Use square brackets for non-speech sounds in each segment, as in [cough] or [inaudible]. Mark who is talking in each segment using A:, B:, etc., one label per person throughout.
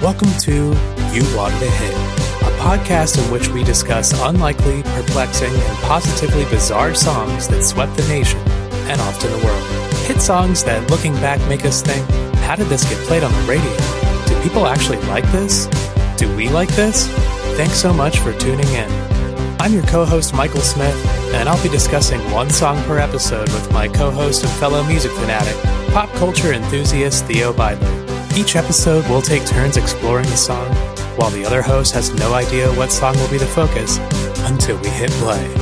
A: Welcome to You Wanted a Hit, a podcast in which we discuss unlikely, perplexing, and positively bizarre songs that swept the nation and often the world. Hit songs that, looking back, make us think, how did this get played on the radio? Do people actually like this? Do we like this? Thanks so much for tuning in. I'm your co host, Michael Smith, and I'll be discussing one song per episode with my co host and fellow music fanatic, pop culture enthusiast Theo Bidler. Each episode, we'll take turns exploring the song, while the other host has no idea what song will be the focus until we hit play.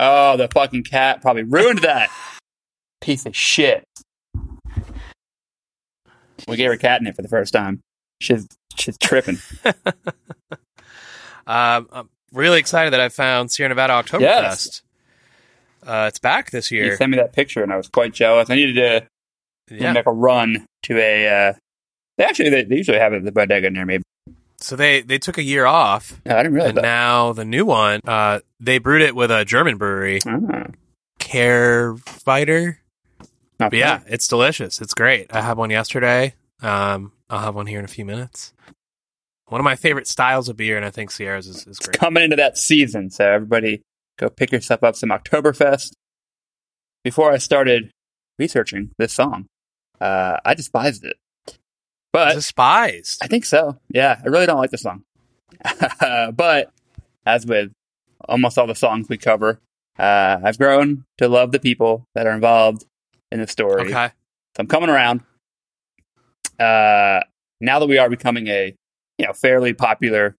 B: Oh, the fucking cat
C: [laughs]
B: probably ruined that. Piece of shit. We gave her catnip for the first time. She's she's tripping.
C: Um, I'm really excited that I found Sierra Nevada Oktoberfest.
B: Yes.
C: Uh, it's back this
B: You
C: year.
B: sent me that picture, and I was quite jealous. I needed to
C: Yeah.
B: make a run to a. Uh, they actually they, they usually have it at the bodega near me.
C: So they, they took a year off,
B: No, I didn't realize
C: and
B: that.
C: now the new one, uh, they brewed it with a German brewery,
B: Ah,
C: Care Fighter.
B: not
C: But yeah, it's delicious. It's great. I had one yesterday. Um, I'll have one here in a few minutes. One of my favorite styles of beer, and I think Sierra's is, is great.
B: coming into that season. So everybody go pick yourself up some Oktoberfest. Before I started researching this song, uh, I despised it. But
C: Despised.
B: I think so. Yeah, I really don't like the song. [laughs] but as with almost all the songs we cover, uh, I've grown to love the people that are involved in the story.
C: Okay.
B: So I'm coming around. Uh, now that we are becoming a you know fairly popular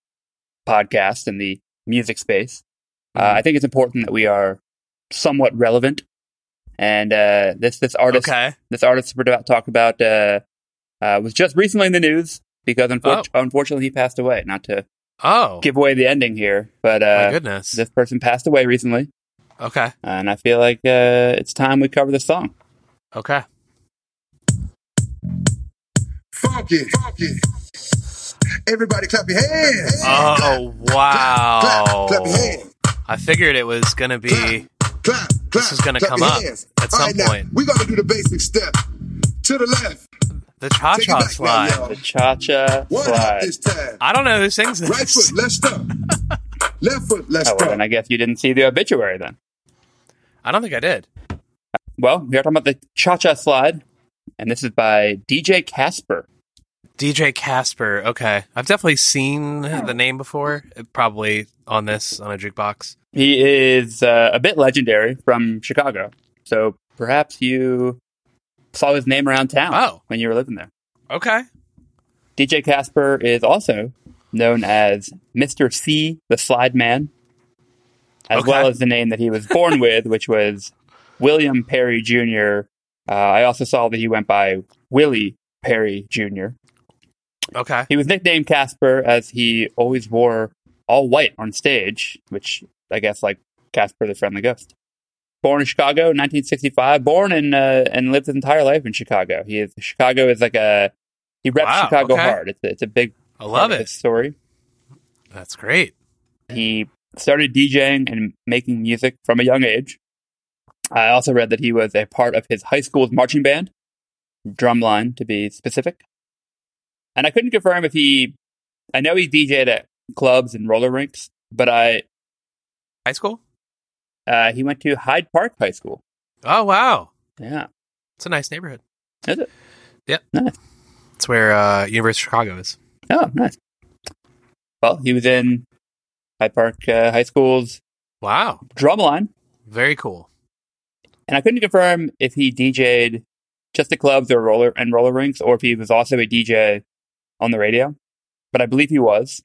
B: podcast in the music space, uh,
C: Mm-hmm.
B: I think it's important that we are somewhat relevant. And uh, this this artist
C: Okay.
B: this artist we're about to talk about uh, uh, was just recently in the news because unfor- unfortunately he passed away. Not to
C: Oh,
B: give away the ending here, but
C: my
B: uh,
C: goodness.
B: this person passed away recently,
C: Okay.
B: and I feel like uh, it's time we cover this song.
C: Okay.
D: funky, funky. Everybody clap your hands.
C: Oh,
D: Clap, clap your
C: wow.
D: hands.
C: I figured it was going to be.
D: Clap, clap.
C: This is gonna
D: clap
C: come
D: your
C: up
D: hands.
C: at some
D: All right, now,
C: point.
D: we're gonna do the basic step. To the left.
C: The Cha
D: Take it
C: Cha
D: back now,
C: Slide.
D: y'all.
B: The Cha Cha
D: One hop
B: Slide.
D: this time.
C: I don't know who sings this.
D: Right foot, left
C: [laughs]
D: us Left foot, left us
B: Oh, well, then I guess you didn't see the obituary then.
C: I don't think I did.
B: Well, we are talking about the Cha Cha Slide, and this is by DJ Casper.
C: DJ Casper. Okay. I've definitely seen the name before, probably on this, on a jukebox.
B: He is uh, a bit legendary from Chicago, so perhaps you saw his name around town
C: Oh.
B: when you were living there.
C: Okay.
B: DJ Casper is also known as Mr. C, the Slide Man, as
C: Okay.
B: well as the name that he
C: [laughs]
B: was born with, which was William Perry Jr. Uh, I also saw that he went by Willie Perry Jr.
C: Okay.
B: He was nicknamed Casper as he always wore all white on stage, which I guess like Casper the Friendly Ghost. Born in Chicago, 1965. Born in uh, and lived his entire life in Chicago. He is Chicago is like a he reps
C: Wow,
B: Chicago
C: okay.
B: hard. It's a, it's a big
C: I love
B: part of his
C: it.
B: story.
C: That's great.
B: He started DJing and making music from a young age. I also read that he was a part of his high school's marching band, drumline to be specific. And I couldn't confirm if he, I know he DJed at clubs and roller rinks, but I,
C: High school?
B: uh, he went to Hyde Park High School.
C: Oh, wow.
B: Yeah.
C: It's a nice neighborhood.
B: Is it?
C: Yep.
B: Nice.
C: It's where uh, University of Chicago is.
B: Oh, nice. Well, he was in Hyde Park uh, High School's
C: Wow.
B: drumline,
C: Very cool.
B: and I couldn't confirm if he DJ'd just the clubs or roller and roller rinks, or if he was also a DJ on the radio. But I believe he was.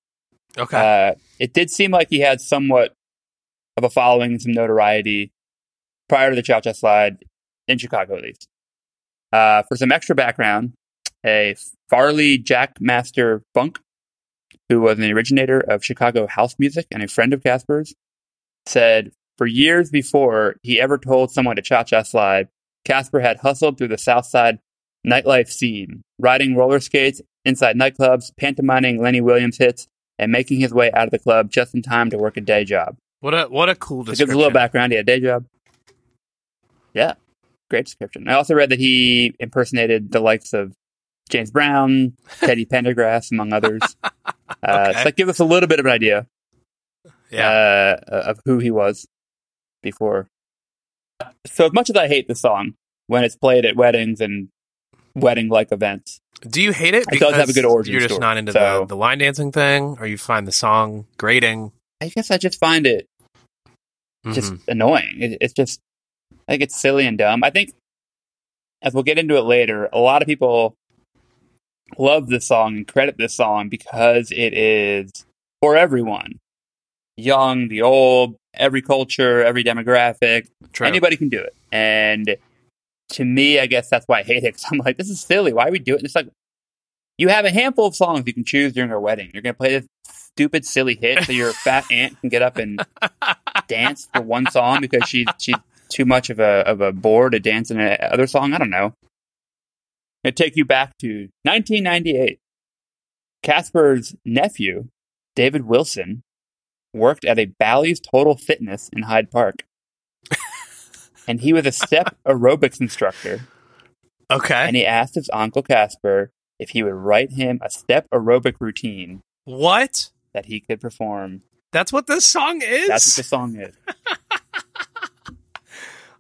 C: Okay.
B: Uh, it did seem like he had somewhat of a following, some notoriety prior to the Chow Chow Slide in Chicago, at least. Uh, for some extra background, a Farley Jackmaster Funk, who was an originator of Chicago house music and a friend of Casper's, said for years before he ever told someone to Cha Cha Slide, Casper had hustled through the South Side nightlife scene, riding roller skates inside nightclubs, pantomiming Lenny Williams hits, and making his way out of the club just in time to work a day job.
C: what a what a cool
B: To give
C: description.
B: a little background, he had a day job. Yeah, great description. I also read that he impersonated the likes of James Brown,
C: [laughs]
B: Teddy Pendergrass, among others. Uh,
C: Okay.
B: So that gives us a little bit of an idea
C: Yeah.
B: uh, of who he was before. So as much as I hate this song when it's played at weddings and wedding-like events,
C: Do you hate it?
B: it does have a good origin
C: You're just
B: story,
C: not into
B: so-
C: the, the line dancing thing, or you find the song grating.
B: I guess I just find it just
C: Mhm.
B: annoying. It, it's just, I think it's silly and dumb. I think, as we'll get into it later, a lot of people love this song and credit this song because it is for everyone young, the old, every culture, every demographic.
C: Mm-hmm. True.
B: Anybody can do it. And to me, I guess that's why I hate it. 'cause [laughs] I'm like, this is silly. Why are we doing it? It's like, you have a handful of songs you can choose during our wedding. You're going to play this stupid, silly hit so your fat aunt can get up and dance for one song because she she's too much of a of a bore to dance in a other song. I don't know. It take you back to 1998. Casper's nephew, David Wilson, worked at a Bally's Total Fitness in Hyde Park, and he was a step aerobics instructor.
C: Okay.
B: And he asked his uncle Casper if he would write him a step aerobic routine
C: what?
B: that he could perform.
C: That's what this song is.
B: That's what the song is.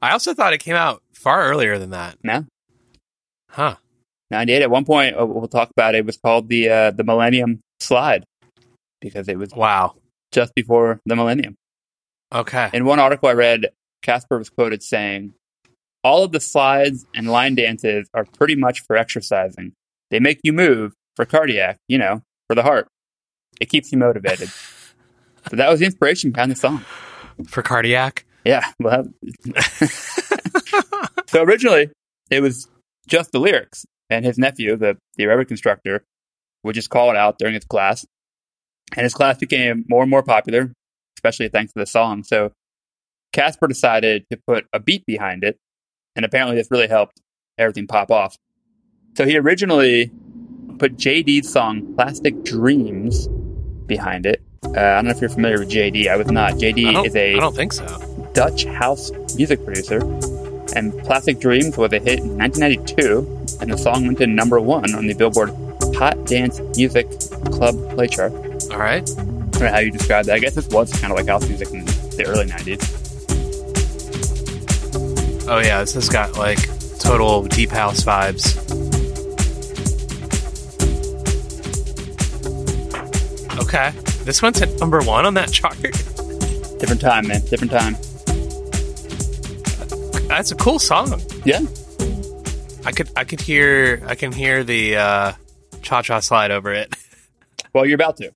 C: I also thought it came out far earlier than that.
B: No.
C: Huh.
B: 98 at one point uh, we'll talk about it, it was called the uh, the millennium slide because it was
C: Wow.
B: just before the millennium
C: Okay.
B: [laughs] in one article i read casper was quoted saying all of the slides and line dances are pretty much for exercising they make you move for cardiac you know for the heart it keeps you motivated so that was the inspiration behind the song
C: For cardiac.
B: yeah well
C: [laughs]
B: so originally it was just the lyrics and his nephew the, the aerobic instructor would just call it out during his class and his class became more and more popular especially thanks to the song so casper decided to put a beat behind it and apparently this really helped everything pop off so he originally put jd's song plastic dreams behind it uh, i don't know if you're familiar with jd i was not
C: I
B: jd
C: don't,
B: is a
C: I don't think so.
B: Dutch house music producer, and Plastic Dreams was a hit in 1992, and the song went to number one on the Billboard Hot Dance Music Club Play Chart. I
C: All right.
B: don't know how you describe that. I guess this was kind of like house music in the early 90s.
C: Oh yeah, this has got like total deep house vibes. Okay. This one's at number one on that chart. [laughs]
B: Different time, man. Different time.
C: That's a cool song.
B: Yeah.
C: I could I could hear I can hear the uh cha cha slide over it. [laughs]
B: Well, you're about to.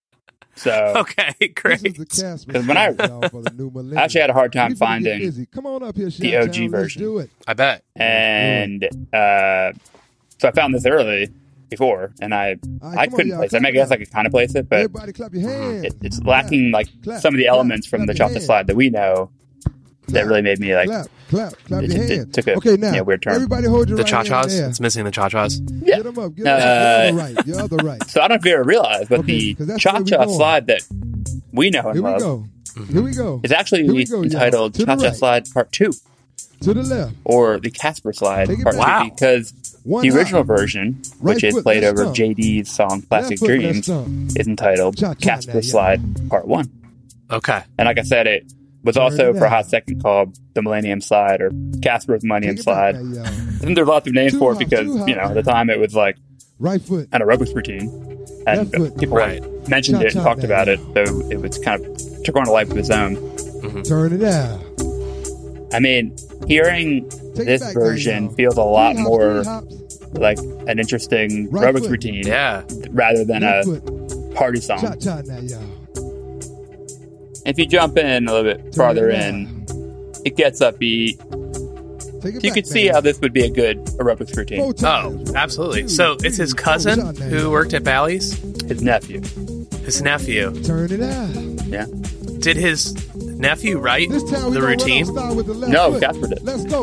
B: So
C: Okay, [laughs] great.
B: Because when I- [laughs] I actually had a hard time finding,
E: Come on up here,
B: the OG
E: Chi-Town, let's
B: version.
E: do it.
C: I bet.
B: and uh, so I found this early before, and I
E: All right,
B: I
E: come on,
B: couldn't
E: y'all,
B: place it. I,
E: clap
B: mean, I guess
E: it
B: I
E: up.
B: could kind of place it, but
E: Everybody clap your hands.
B: it, it's lacking like
E: Clap,
B: some of the
E: clap,
B: elements from
E: clap
B: the
E: your
B: chocolate
E: hands.
B: slide that we know that
E: Clap,
B: really made me like
E: clap, clap, clap
B: It-
E: your
B: it- it
E: hands.
B: took a,
E: okay, now
B: yeah, weird turn.
E: Everybody hold your
C: The
E: right
C: cha
E: hand
C: chas.
E: there.
C: It's missing the cha chas.
B: Yeah. uh,
E: Get them up. Get them up. Your other right. Your
B: [laughs]
E: other right.
B: So I don't know if you ever realized, but
E: Okay,
B: the
E: 'cause that's
B: cha
E: where we
B: cha
E: going.
B: slide that we know and
E: Here we
B: love
E: go.
C: Mm-hmm.
E: Here we go.
B: is actually
E: Here we go, y'all.
B: entitled
E: To the
B: Cha Cha
E: right.
B: Slide Part Two
E: To the left.
B: or the Casper Slide
E: Take it
B: Part Two
C: back. Wow.
B: because
E: One
B: the
E: hop.
B: original version,
E: Right
B: which is
E: foot,
B: played
E: left
B: over
E: stump.
B: JD's song Plastic
E: foot, left
B: Dreams,
E: stump.
B: is entitled
E: Cha-cha
B: Casper
E: now, yeah.
B: Slide Part One.
C: Okay.
B: And like I said, it was
E: Turn
B: also
E: it
B: for a
E: out.
B: hot second called the Millennium Slide or Casper's Millennium
E: Take it back
B: Slide.
E: now, y'all.
B: I think there's lots of names
E: Too
B: for it
E: hot,
B: because,
E: too hot.
B: you know, at the time it was like
E: Right foot.
B: an aerobics routine, and
E: Left foot.
B: people
C: Right.
B: mentioned it and
E: Cha-cha
B: talked about it.
E: baby.
B: So it was kind of took on a life of its own.
E: Turn it out.
B: I mean, hearing
E: Take
B: this
E: it back
B: version
E: now, y'all.
B: feels a lot
E: Three hops,
B: more
E: three hops.
B: like an interesting
E: Right
B: aerobics
E: foot.
B: routine
C: Yeah.
B: rather than a um,
E: Left foot.
B: party song.
E: Cha cha now, y'all.
B: If you jump in a little bit farther in, it gets upbeat.
E: Take it
B: You
E: back,
B: could see
E: man.
B: how this would be a good aerobics
E: Four
B: routine.
E: times.
C: Oh,
E: One,
C: absolutely.
E: two,
C: So it's his
E: three.
C: cousin
E: Cha-cha now,
C: who
E: y'all.
C: worked at Bally's,
B: His nephew.
C: his nephew.
E: Turn it out.
B: Yeah.
C: Did his nephew write
E: This time we
C: the
E: gonna run
C: routine?
E: off style with the left
B: No,
E: foot.
B: Casper did.
E: Let's go.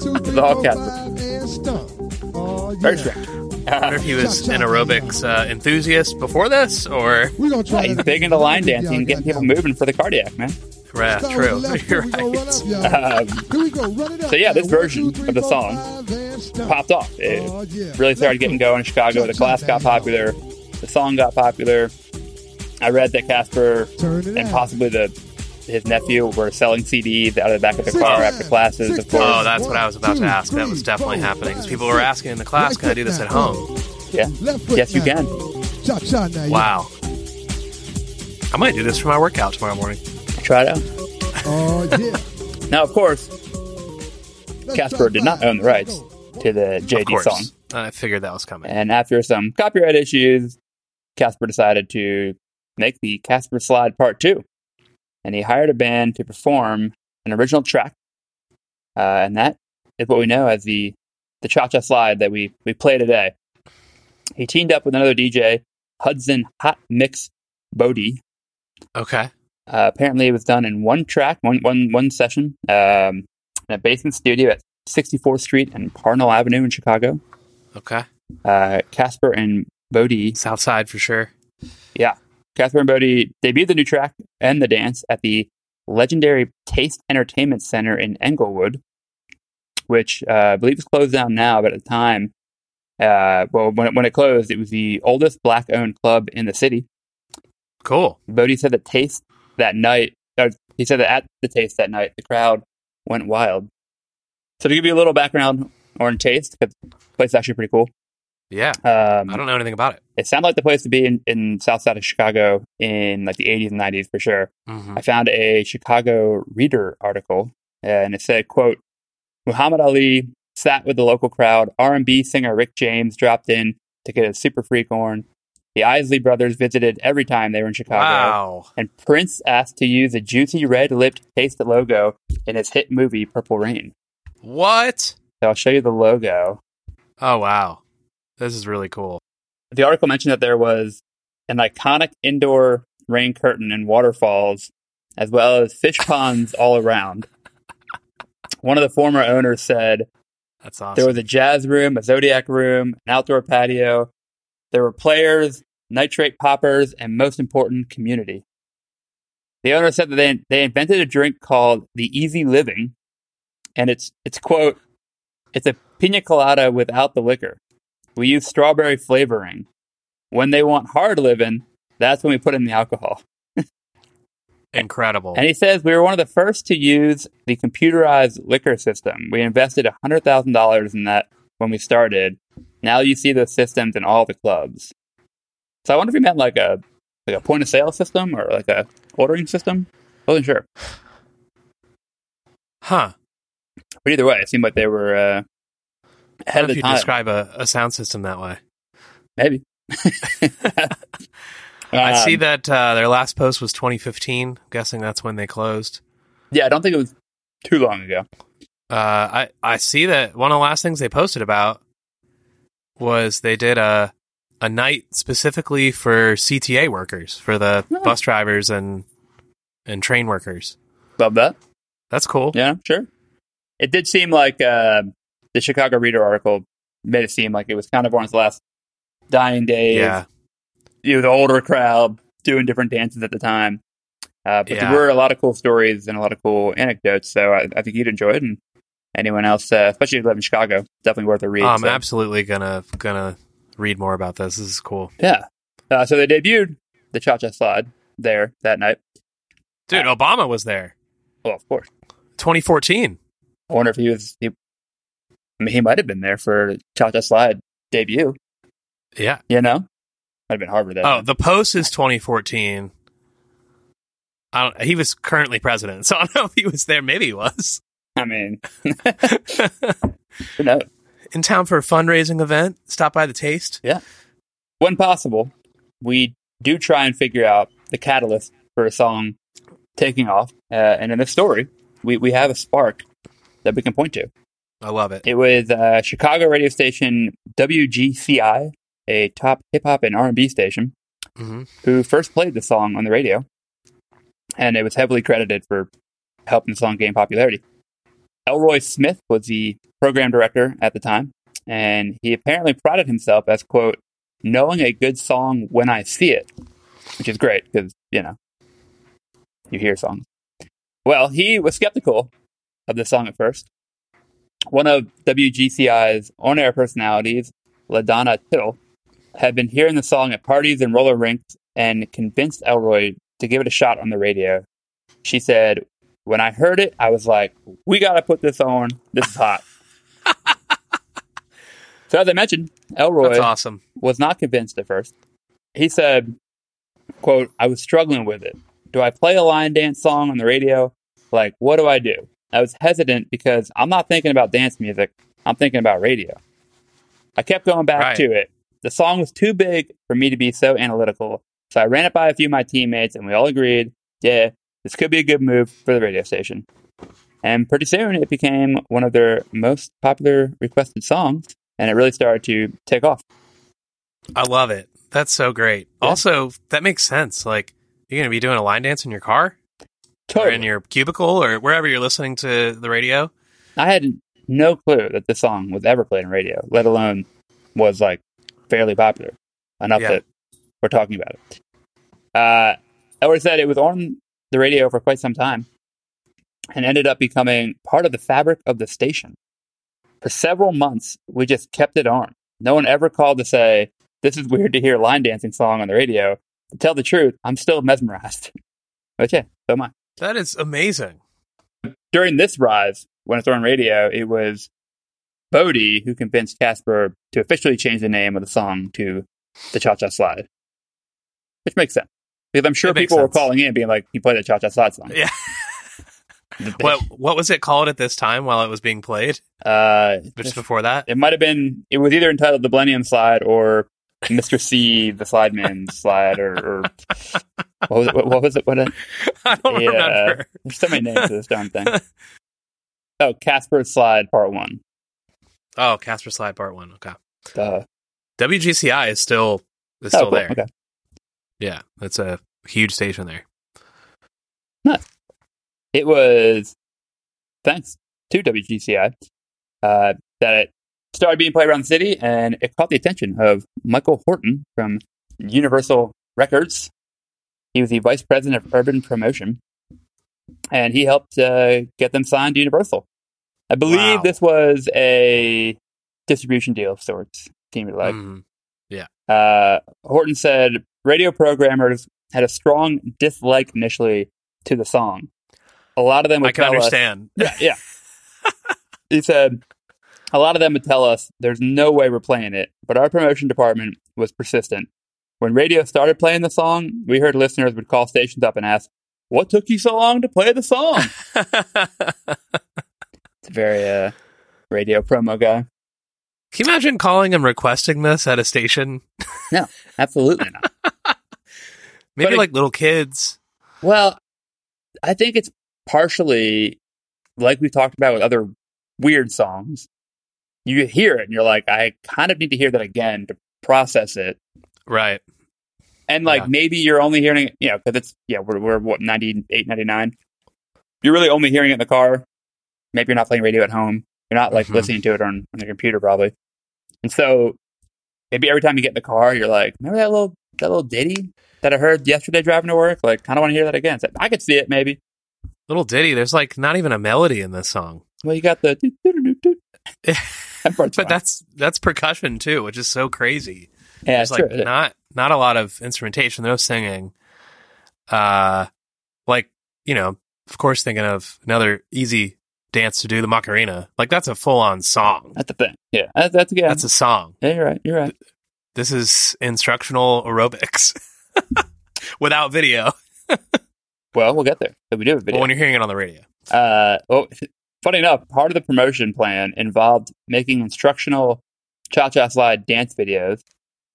B: [laughs]
E: two, three,
B: all
E: four,
B: Casper.
E: five, and stomp. Oh, yeah.
B: Very strict.
C: I wonder if he was an aerobics uh, enthusiast before this, or [laughs]
E: We're gonna try.
B: He's
E: that
B: big
E: again.
B: into line
E: Y'all
B: dancing and getting
E: got
B: people
E: that one.
B: moving for the cardiac, man.
C: Yeah,
E: Start
C: true. [laughs]
B: [laughs]
E: with the left
C: You're
E: foot, we gonna
C: right.
B: Um,
E: run up, y'all. Here we go, run it up.
B: so yeah, this
E: y'all. One,
B: version
E: two, three,
B: of the
E: four,
B: song
E: five, and stop.
B: popped off. It
E: Oh, yeah.
B: really started getting going in Chicago. The class got popular. The song got popular. I read that Casper
E: Turn it
B: and
E: out.
B: possibly the his nephew were selling CDs out of the back of their
E: Six
B: car
E: times.
B: after classes.
E: Six
B: Of
C: Oh,
B: course,
C: that's what I was about to
E: One, two,
C: ask. That was
E: three,
C: definitely
E: four,
C: happening because
E: five,
C: people were
E: six.
C: asking in the class,
E: Right
C: "Can I
E: foot
C: do this at
E: now.
C: home?"
B: yeah.
E: Oh, Left foot
B: Yes, you
E: now.
B: can.
E: Cha cha now. y'all.
C: Wow. I might do this for my workout tomorrow morning.
B: Try it out.
E: Oh yeah.
B: Now, of course,
E: Let's
B: Casper
E: try
B: did not
E: five.
B: own the rights
E: Let's go.
B: to the
C: Of
B: JD
C: course,
B: song,
C: I figured that was coming.
B: and after some copyright issues, Casper decided to make the Casper Slide Part Two, and he hired a band to perform an original track, uh, and that is what we know as the the Cha Cha Slide that we we play today. He teamed up with another DJ, Hudson Hot Mix Bodie,
C: Okay.
B: Uh, apparently, it was done in one track, one one one session, um, in a basement studio at 64th Street and Parnell Avenue in Chicago.
C: Okay.
B: Uh, Casper and Bodie,
C: Southside for sure.
B: Casper and Bodie debuted the new track and the dance at the legendary Taste Entertainment Center in Englewood, which uh, I believe is closed down now, but at the time, uh, well, when it, when it closed, it was the oldest black-owned club in the city.
C: Cool.
B: Bodie said that taste that night, or he said that at the taste that night, the crowd went wild. So to give you a little background on taste, because the place is actually pretty cool.
C: Yeah. I
B: Um,
C: don't know anything about it.
B: it sounded like the place to be in, in South Side of Chicago in like the 80s and 90s for sure.
C: hmm
B: I found a Chicago Reader article, and it said, "quote Muhammad Ali sat with the local crowd. R&B singer Rick James dropped in to get a super freak on. The Isley Brothers visited every time they were in Chicago
C: Wow.
B: and Prince asked to use a juicy red lipped taste logo in his hit movie Purple Rain.
C: What?
B: So I'll show you the logo.
C: Oh wow. This is really cool.
B: The article mentioned that there was an iconic indoor rain curtain and waterfalls, as well as fish ponds all around. One of the former owners said
C: That's awesome.
B: there was a jazz room, a zodiac room, an outdoor patio. There were players, nitrate poppers, and most important, community. The owner said that they, they invented a drink called the Easy Living, and it's it's quote, it's a pina colada without the liquor. We use strawberry flavoring. When they want hard living, that's when we put in the alcohol.
C: Incredible.
B: And he says we were one of the first to use the computerized liquor system. We invested hundred thousand dollars in that when we started. Now you see those systems in all the clubs. So I wonder if he meant like a like a point of sale system or like a ordering system. Wasn't sure,
C: huh.
B: but either way, it seemed like they were uh,
C: How
B: ahead of
C: if
B: the
C: you
B: time.
C: describe a, a sound system that way?
B: Maybe.
C: [laughs] I see
B: Um,
C: that uh, their last post was 2015. I'm guessing that's when they closed.
B: Yeah, I don't think it was too long ago.
C: Uh, I I see that one of the last things they posted about was they did a a night specifically for CTA workers, for the
B: Oh.
C: bus drivers and and train workers.
B: Love that.
C: That's cool.
B: Yeah, sure. It did seem like uh, the Chicago Reader article made it seem like it was kind of on its last dying days.
C: Yeah.
B: You know, the older crowd doing different dances at the time. Uh, but
C: Yeah.
B: there were a lot of cool stories and a lot of cool anecdotes. So I, I think you'd enjoy it. And anyone else, uh, especially if you live in Chicago, definitely worth a read.
C: I'm
B: so.
C: absolutely gonna gonna read more about this. This is cool,
B: yeah. Uh, so they debuted the Cha Cha Slide there that night.
C: dude. Obama was there,
B: Well, of course.
C: 2014.
B: I wonder if he was. He, I mean, he might have been there for Cha Cha Slide debut.
C: Yeah.
B: You know, might have been Harvard. That
C: Oh, the post is 2014. I don't, he was currently president, [laughs] so I don't know if he was there. Maybe he was [laughs]
B: I mean, who knows?
C: in town for a fundraising event. Stop by the Taste.
B: When possible, we do try and figure out the catalyst for a song taking off. Uh, and in this story, we, we have a spark that we can point to.
C: I love it.
B: It was uh, Chicago radio station WGCI, a top hip hop and R and B station,
C: hmm
B: who first played the song on the radio, and it was heavily credited for helping the song gain popularity. Elroy Smith was the program director at the time, and he apparently prided himself as quote knowing a good song when I see it, which is great because you know you hear songs. Well, he was skeptical of the song at first. One of WGCI's on air personalities, LaDonna Tittle, had been hearing the song at parties and roller rinks and convinced Elroy to give it a shot on the radio. She said, When I heard it, I was like, we got to put this on. This is hot. so, as I mentioned, Elroy
C: That's awesome.
B: was not convinced at first. He said, quote, I was struggling with it. Do I play a line dance song on the radio? Like, what do I do? I was hesitant because I'm not thinking about dance music. I'm thinking about radio. I kept going back
C: Right.
B: to it. The song was too big for me to be so analytical. So I ran it by a few of my teammates and we all agreed, yeah, this could be a good move for the radio station. And pretty soon it became one of their most popular requested songs and it really started to take off.
C: I love it. That's so great. Also, that makes sense. Like you're gonna be doing a line dance in your car or in your cubicle or wherever you're listening to the radio.
B: I had no clue that this song was ever played on radio, let alone was like fairly popular enough
C: Yeah.
B: that we're talking about it. Uh, Elroy said it was on the radio for quite some time and ended up becoming part of the fabric of the station. For several months, we just kept it on. No one ever called to say, This is weird to hear a line dancing song on the radio. To tell the truth, I'm still mesmerized. [laughs] But yeah, so am I
C: That is amazing.
B: during this rise, when it's on radio, it was Bodie who convinced Casper to officially change the name of the song to the Cha Cha Slide, which makes sense because I'm sure
C: It makes
B: people were
C: sense.
B: calling in being like, "You play the Cha Cha Slide song." [laughs]
C: Yeah. What what was it called at this time while it was being played?
B: Uh,
C: Just before that? [laughs]
B: it might have been. It was either entitled "The Millennium Slide" or "Mr. C, the
C: [laughs]
B: Slideman Slide," or, or what was it? What, what was it? What? A,
C: I don't
B: Yeah.
C: remember.
B: there's so many names to this
C: [laughs]
B: darn thing. Oh, Casper's Slide Part One.
C: Oh, Casper Slide Part One. Okay.
B: Duh.
C: WGCI is still is
B: Oh,
C: still
B: cool.
C: there.
B: Okay.
C: Yeah. That's a huge station there.
B: it was thanks to WGCI uh, that it started being played around the city, and it caught the attention of Michael Horton from Universal Records. He was the vice president of urban promotion, and he helped uh, get them signed to Universal. I believe
C: Wow.
B: this was a distribution deal of sorts. Seemed like
C: Mhm.
B: uh, Horton said radio programmers had a strong dislike initially to the song. A lot of them would
C: I can
B: tell us,
C: understand. [laughs]
B: yeah, yeah. he said a lot of them would tell us there's no way we're playing it, but our promotion department was persistent. When radio started playing the song, we heard listeners would call stations up and ask, "What took you so long to play the song?" [laughs] it's a very uh, radio promo guy.
C: Can you imagine calling and requesting this at a station?
B: Absolutely not.
C: Maybe
B: But it-
C: like little kids.
B: Well, I think it's partially like we've talked about with other weird songs. You hear it and you're like, I kind of need to hear that again to process it.
C: Right.
B: And like
C: Yeah.
B: maybe you're only hearing it, you know, because it's, yeah, we're, we're what, 98, 99? You're really only hearing it in the car. Maybe you're not playing radio at home. You're not like
C: Mhm.
B: listening to it on, on your computer probably. And so maybe every time you get in the car, you're like, remember that little, that little ditty that I heard yesterday driving to work? Like, kind of want to hear that again. So I could see it maybe.
C: Little Diddy, there's like not even a melody in this song.
B: Well, you got the.
C: [laughs]
B: that part's
C: But
B: fine.
C: that's that's percussion too, which is so crazy.
B: yeah,
C: There's
B: it's
C: like
B: true.
C: not not a lot of instrumentation, no singing. Uh like, you know, of course thinking of another easy dance to do, the Macarena. Like that's a full on song.
B: That's the thing. Yeah, that's, that's yeah.
C: That's a song.
B: yeah, you're right. You're right.
C: This is instructional aerobics [laughs] without video.
B: Well, we'll get there. So we do have a
C: Well,
B: video.
C: when you're hearing it on the radio.
B: uh, well, [laughs] funny enough, part of the promotion plan involved making instructional cha cha slide dance videos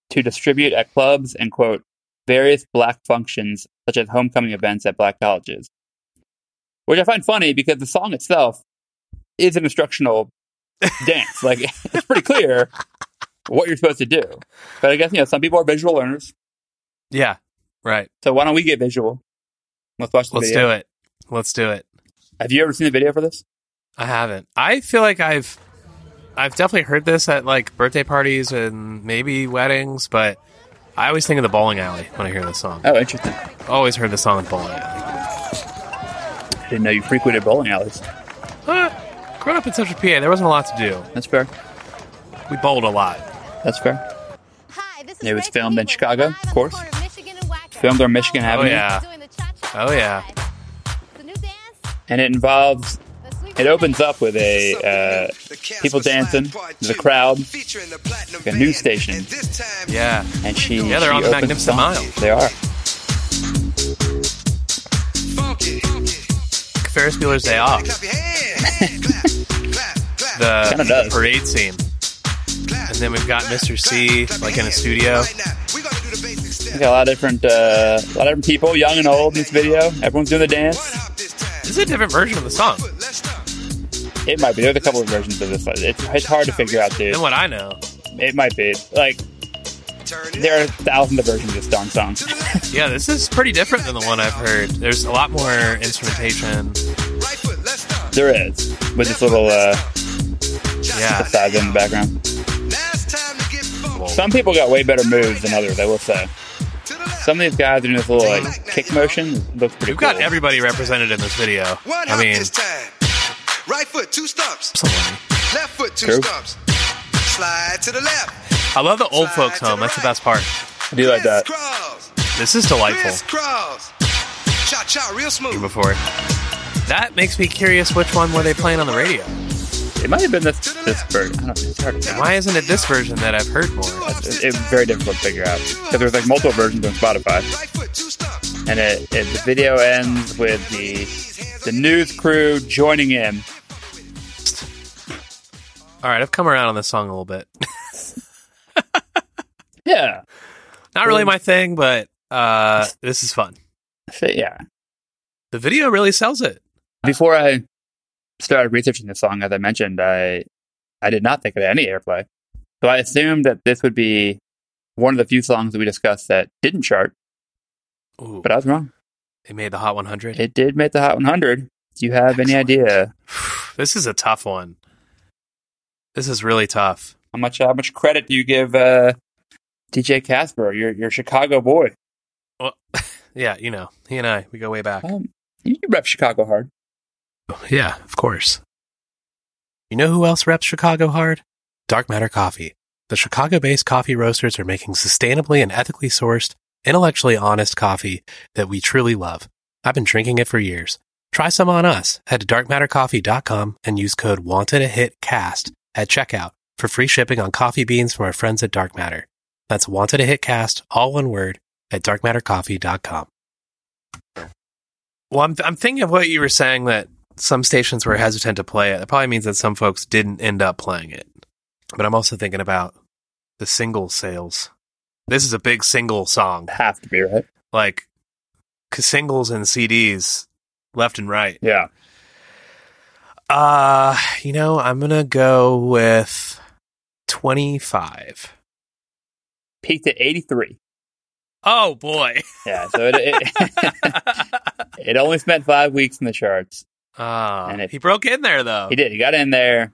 B: to distribute at clubs and quote various black functions such as homecoming events at black colleges, which I find funny because the song itself is
C: [laughs]
B: an instructional dance. Like [laughs] it's pretty clear what you're supposed to do, but I guess you know some people are visual learners,
C: Yeah. Right.
B: so why don't we get visual? Let's watch the
C: Let's
B: video.
C: do it. Let's do it.
B: Have you ever seen the video for this?
C: I haven't. I feel like I've I've definitely heard this at like birthday parties and maybe weddings, but I always think of the bowling alley when I hear this song.
B: Oh, interesting.
C: Always heard the song in bowling alley.
B: Didn't know you frequented bowling alleys.
C: Uh, growing up in Central PA, there wasn't a lot to do.
B: That's fair.
C: We bowled a lot.
B: That's fair.
F: Hi, this is
B: It was
F: Grace
B: filmed in
F: Cleveland,
B: Chicago,
F: live
B: of
F: on the
B: course.
F: corner of Michigan and Wacker.
B: Filmed on Michigan
F: Oh,
B: Avenue.
C: yeah.
F: Doing the cha-cha
C: Oh, yeah.
F: slide. The new dance,
B: And it involves,
F: the sweet
B: it opens up with
G: a
B: a
G: uh, people dancing, the crowd, like a
B: band.
G: news station.
B: And
C: Yeah.
B: uh, and she
C: Yeah, they're
B: she
C: on the
B: opens
C: Magnificent
B: song.
C: Mile.
B: They are.
C: Ferris Bueller's Day
G: Oh.
C: Off. The
B: Kinda does.
C: parade scene.
G: and then we've got Mr. C like in a studio.
B: We got a lot of different, uh, a lot of different people, young and old, in this video. Everyone's doing the dance.
C: This is a different version of the song
B: It might be. There's a couple of versions of this. It's, it's hard to figure out, dude.
C: than what I know.
B: It might be. Like there are thousands of versions of this darn song.
C: Yeah, this is pretty different than the one I've heard. There's a lot more instrumentation.
B: There is with this little uh,
C: Yeah.
B: size in the background.
G: background.
B: Some people got way better moves than others. I will say. Some of these guys are doing this little like kick motion. It looks pretty.
C: We've got
B: cool.
C: everybody represented in this video.
G: One
C: I
G: hop
C: mean,
G: this time. Right foot, two stumps.
C: someone.
G: Left foot, two
B: True.
G: stumps. Slide to the left.
C: I love the old folks home. That's the best part.
B: I do like that.
G: Crisscross.
C: This is delightful.
G: Crisscross. Cha cha, real smooth.
C: Before that makes me curious, which one were they playing on the radio?
B: It might have been this this bird. I don't. It's hard to tell.
C: Why isn't it this version that I've heard more?
B: It- It's very difficult to figure out because there's like multiple versions on Spotify,
G: Right foot, two stumps.
B: and it, it the video ends with the the news crew joining in.
C: All right, I've come around on this song a little bit.
B: Yeah,
C: Not really my thing, but uh, this is fun.
B: So, yeah.
C: The video really sells it.
B: Before I started researching this song, as I mentioned, I I did not think of any airplay. So I assumed that this would be one of the few songs that we discussed that didn't chart,
C: Ooh,
B: but I was wrong.
C: it made the Hot 100.
B: It did make the Hot 100. Do you have any idea
C: [sighs] this is a tough one. This is really tough.
B: how much how much credit do you give uh, DJ Casper, your your Chicago boy?
C: Yeah, you know, he and I, we go way back.
B: Um, you you rep Chicago hard.
C: Oh. Yeah, of course. You know who else reps Chicago hard? Dark Matter Coffee. The Chicago based coffee roasters are making sustainably and ethically sourced, intellectually honest coffee that we truly love. I've been drinking it for years. Try some on us. Head to darkmattercoffee.com and use code WANTEDAHITCAST at checkout for free shipping on coffee beans from our friends at Dark Matter. That's Wanted a Hit Cast, all one word, at darkmattercoffee.com. Well, I'm, I'm thinking of what you were saying that some stations were hesitant to play it. That probably means that some folks didn't end up playing it. But I'm also thinking about the single sales. This is a big single song.
B: Have to be right.
C: Like, 'cause singles and CDs left and right.
B: Yeah,
C: Uh, you know, I'm going to go with 25.
B: peaked at 83.
C: Oh, boy.
B: Yeah, so it it, [laughs] it only spent five weeks in the charts.
C: [laughs] Ah,
B: And it-
C: he broke in there, though.
B: He did. He got in there,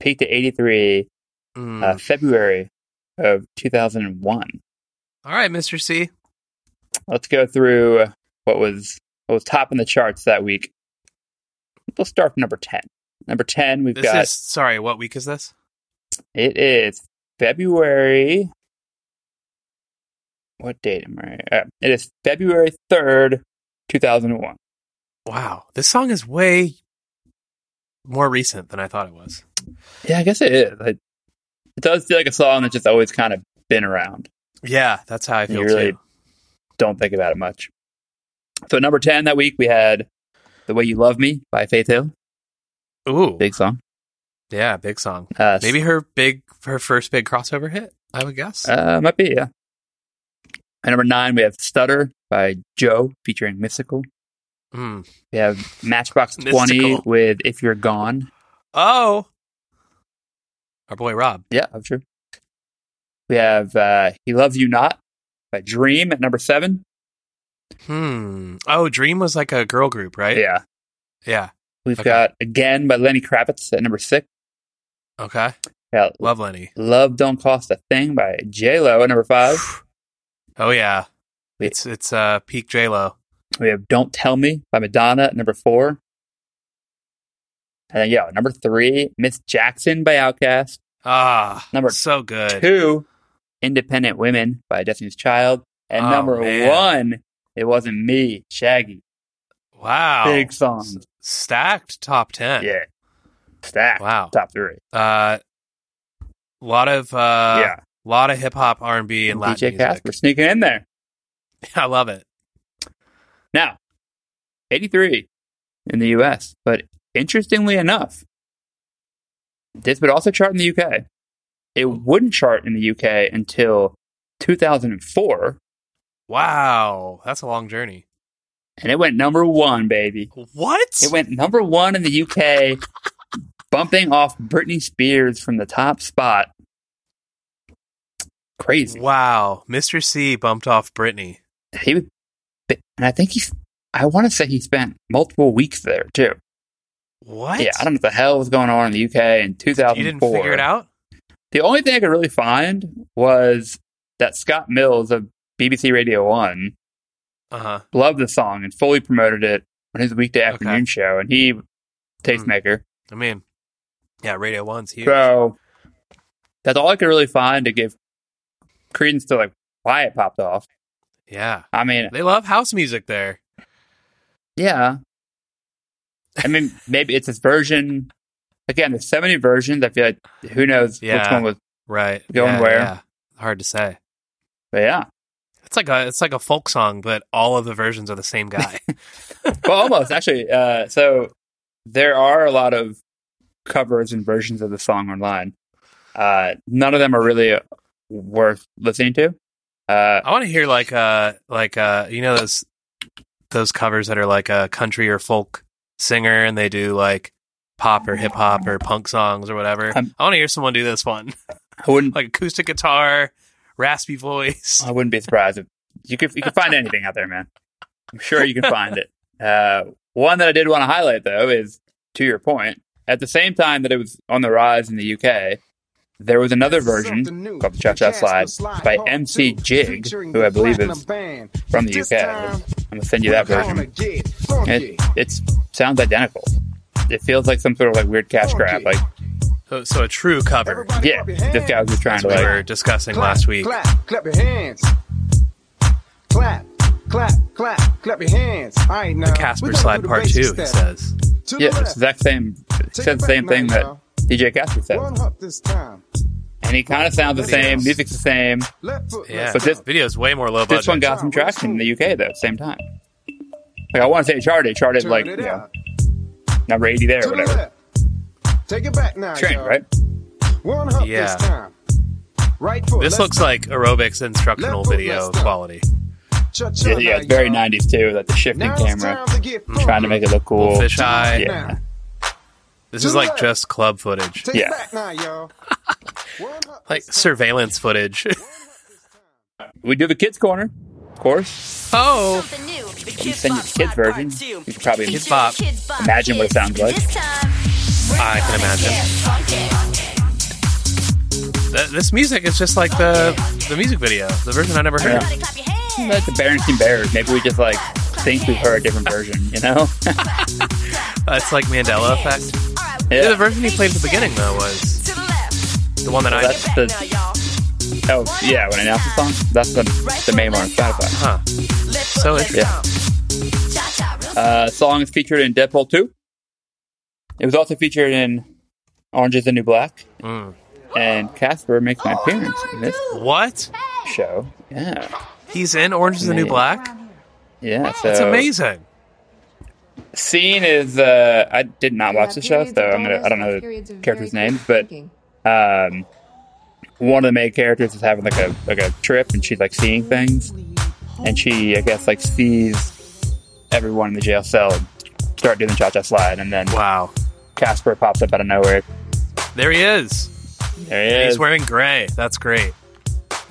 B: peaked at 83,
C: Mm.
B: uh, February of 2001.
C: All right, Mr. C.
B: Let's go through what was what was top in the charts that week. We'll start from number 10. Number 10, we've
C: This
B: got
C: is, sorry, what week is this?
B: it is February. What date am I? Uh, it is February 3rd, 2001.
C: Wow. This song is way more recent than I thought it was.
B: Yeah, I guess it is. Like, it does feel like a song that's just always kind of been around.
C: Yeah, that's how I
B: You
C: feel
B: really-
C: too.
B: don't think about it much. So at number ten that week we had "The Way You Love Me" by Faith Hill,
C: Ooh,
B: big song.
C: yeah, big song.
B: Uh,
C: Maybe her big, her first big crossover hit. I would guess.
B: uh, might be yeah. At number nine we have "Stutter" by Joe featuring Mystical.
C: Mm.
B: We have Matchbox Twenty
C: Mystical.
B: with "If You're Gone."
C: Oh, our boy Rob.
B: Yeah, I'm sure. We have uh, "He Loves You Not" by Dream at number seven.
C: Hmm. Oh, Dream was like a girl group, right?
B: Yeah,
C: Yeah.
B: we've
C: Okay.
B: got "Again" by Lenny Kravitz at number six.
C: Okay.
B: We got
C: Love Lenny.
B: "Love Don't Cost a Thing" by
C: [sighs]
B: J Lo at number five.
C: Oh yeah.
B: Wait.
C: It's it's uh peak J Lo.
B: We have Don't Tell Me by Madonna at number four. And then, yeah, number three, Miss Jackson by Outkast.
C: Ah,
B: Number
C: so good.
B: Two, Independent Women by Destiny's Child. And
C: Oh,
B: number
C: man.
B: one, It Wasn't Me, Shaggy.
C: Wow,
B: Big songs.
C: S- stacked top ten.
B: Yeah. Stack.
C: Wow.
B: Top three.
C: uh, lot of uh,
B: yeah.
C: lot of hip hop, R and B, and Latin
B: DJ
C: music.
B: Casper sneaking in there.
C: [laughs] I love it.
B: Now, 83 in the US, but interestingly enough, this would also chart in the UK. It wouldn't chart in the UK until 2004,
C: Wow, that's a long journey.
B: and it went number one, baby.
C: What?
B: It went number one in the UK, bumping off Britney Spears from the top spot. Crazy.
C: Wow, Mr. C bumped off Britney.
B: He was, and I think he, I want to say he spent multiple weeks there too.
C: What?
B: Yeah, I don't know what the hell was going on in the UK in 2004.
C: You didn't figure it out?
B: The only thing I could really find was that Scott Mills of BBC Radio 1
C: Uh huh.
B: loved the song and fully promoted it on his weekday afternoon show, and he tastemaker.
C: I mean, yeah, Radio One's Hmm. huge.
B: So that's all I could really find to give credence to like why it popped off.
C: Yeah,
B: I mean,
C: they love house music there.
B: yeah. I mean, maybe it's this version. Again, there's so many versions. I feel like who knows which
C: Yeah.
B: one was.
C: Right.
B: Going
C: Yeah,
B: where?
C: Yeah. Hard to say.
B: But yeah,
C: It's like a it's like a folk song, but all of the versions are the same guy.
B: [laughs] well, almost actually. Uh, so there are a lot of covers and versions of the song online. Uh, none of them are really worth listening to. Uh,
C: I want to hear like uh like uh you know those those covers that are like a country or folk singer and they do like pop or hip hop or punk songs or whatever.
B: Um,
C: I want to hear someone do this one [laughs]
B: I wouldn't.
C: like acoustic guitar, raspy voice.
B: I wouldn't be surprised if you could. You could find anything out there, man. I'm sure you can find [laughs] it. Uh, one that I did want to highlight, though, is to your point. At the same time that it was on the rise in the UK, there was another version called the Cha Cha Slide by MC Jig, who I believe is from the UK. I'm gonna send you that version. It it's, sounds identical. It feels like some sort of like weird cash grab. Like,
C: So, so a true cover.
B: yeah, this guy was just
C: That's
B: trying to
C: what we
B: like.
C: were discussing last week.
G: Clap, clap your hands. Clap, clap, clap, clap your hands. All right, now.
C: Casper Slide Part Two. He says.
B: Yeah, it's the exact same. It said the same thing that DJ Casper said,
G: One up this time.
B: and he kind of sounds the same. Music's the same.
G: Left foot.
C: Yeah,
B: But
G: But
B: this-
G: this
C: video is way more low budget.
B: This one got some traction in the UK though. at the Same time. Like I want to say it charted. It charted
G: Turn
B: like you
G: it
B: know,
G: out.
B: number eighty there
G: To
B: or
G: the
B: whatever.
G: left. Take it back now.
B: Trend
G: y'all.
B: right?
G: One hump
C: Yeah.
G: this time. Right foot.
C: This looks like aerobics instructional
G: Left foot,
C: video
G: left foot.
C: quality.
B: Yeah, yeah, it's very nineties too. Like the shifting
G: Now it's
B: camera,
G: time to get
B: trying to make it look cool.
C: Little fisheye.
B: Yeah.
G: Now,
C: This is like just club footage,
G: take
B: Yeah.
G: it back
B: [laughs]
G: now, y'all. One hump
C: like
G: this time.
C: surveillance footage. [laughs]
B: We do the kids corner, of course.
C: oh,
F: Something new.
H: The
B: You
H: Kids
B: send you the
H: Bop
B: kids
H: Slide Part
B: version.
H: Two.
B: You could probably
C: Kids Bop.
F: Kids Bop
B: Imagine what
F: Kids.
B: it sounds like.
F: This time, we're
C: I can
F: gonna
C: imagine.
F: get funky.
C: Th- this music is just like the the music video, the version I never heard.
F: Everybody clap your hands.
B: Like the Berenstain Bears. Maybe we just like think we've heard a different version. You know? [laughs]
C: Uh, it's like Mandela effect.
H: All right,
B: Yeah.
C: The version he played at the beginning though was
H: to the left.
C: the one that I.
B: That's
H: Back now,
B: the
H: y'all.
B: oh yeah. When I announced the song, that's the the main one on Spotify.
C: Huh.
H: Left foot,
C: So
H: left
B: interesting.
H: thumb.
F: Cha-cha, real
B: Uh, song is featured in Deadpool two. It was also featured in Orange Is the New Black.
C: Mm.
B: and Casper makes
I: Oh,
B: an appearance in this
C: What?
B: show. Yeah,
C: He's in Orange is the New
B: Yeah.
C: Black.
B: yeah. So
C: That's amazing.
B: Scene is uh, I did not watch the show,
I: periods
B: so
I: of
B: I'm gonna I
I: dullness
B: don't
I: and
B: know
I: periods
B: the
I: of
B: characters'
I: very
B: names,
I: quick
B: but
I: thinking.
B: um, one of the main characters is having like a like a trip, and she's like seeing things, and she I guess like sees everyone in the jail cell start doing the cha cha slide, and then
C: Wow.
B: Casper pops up out of nowhere.
C: There he is.
B: There he
C: He's
B: is.
C: wearing gray. That's great.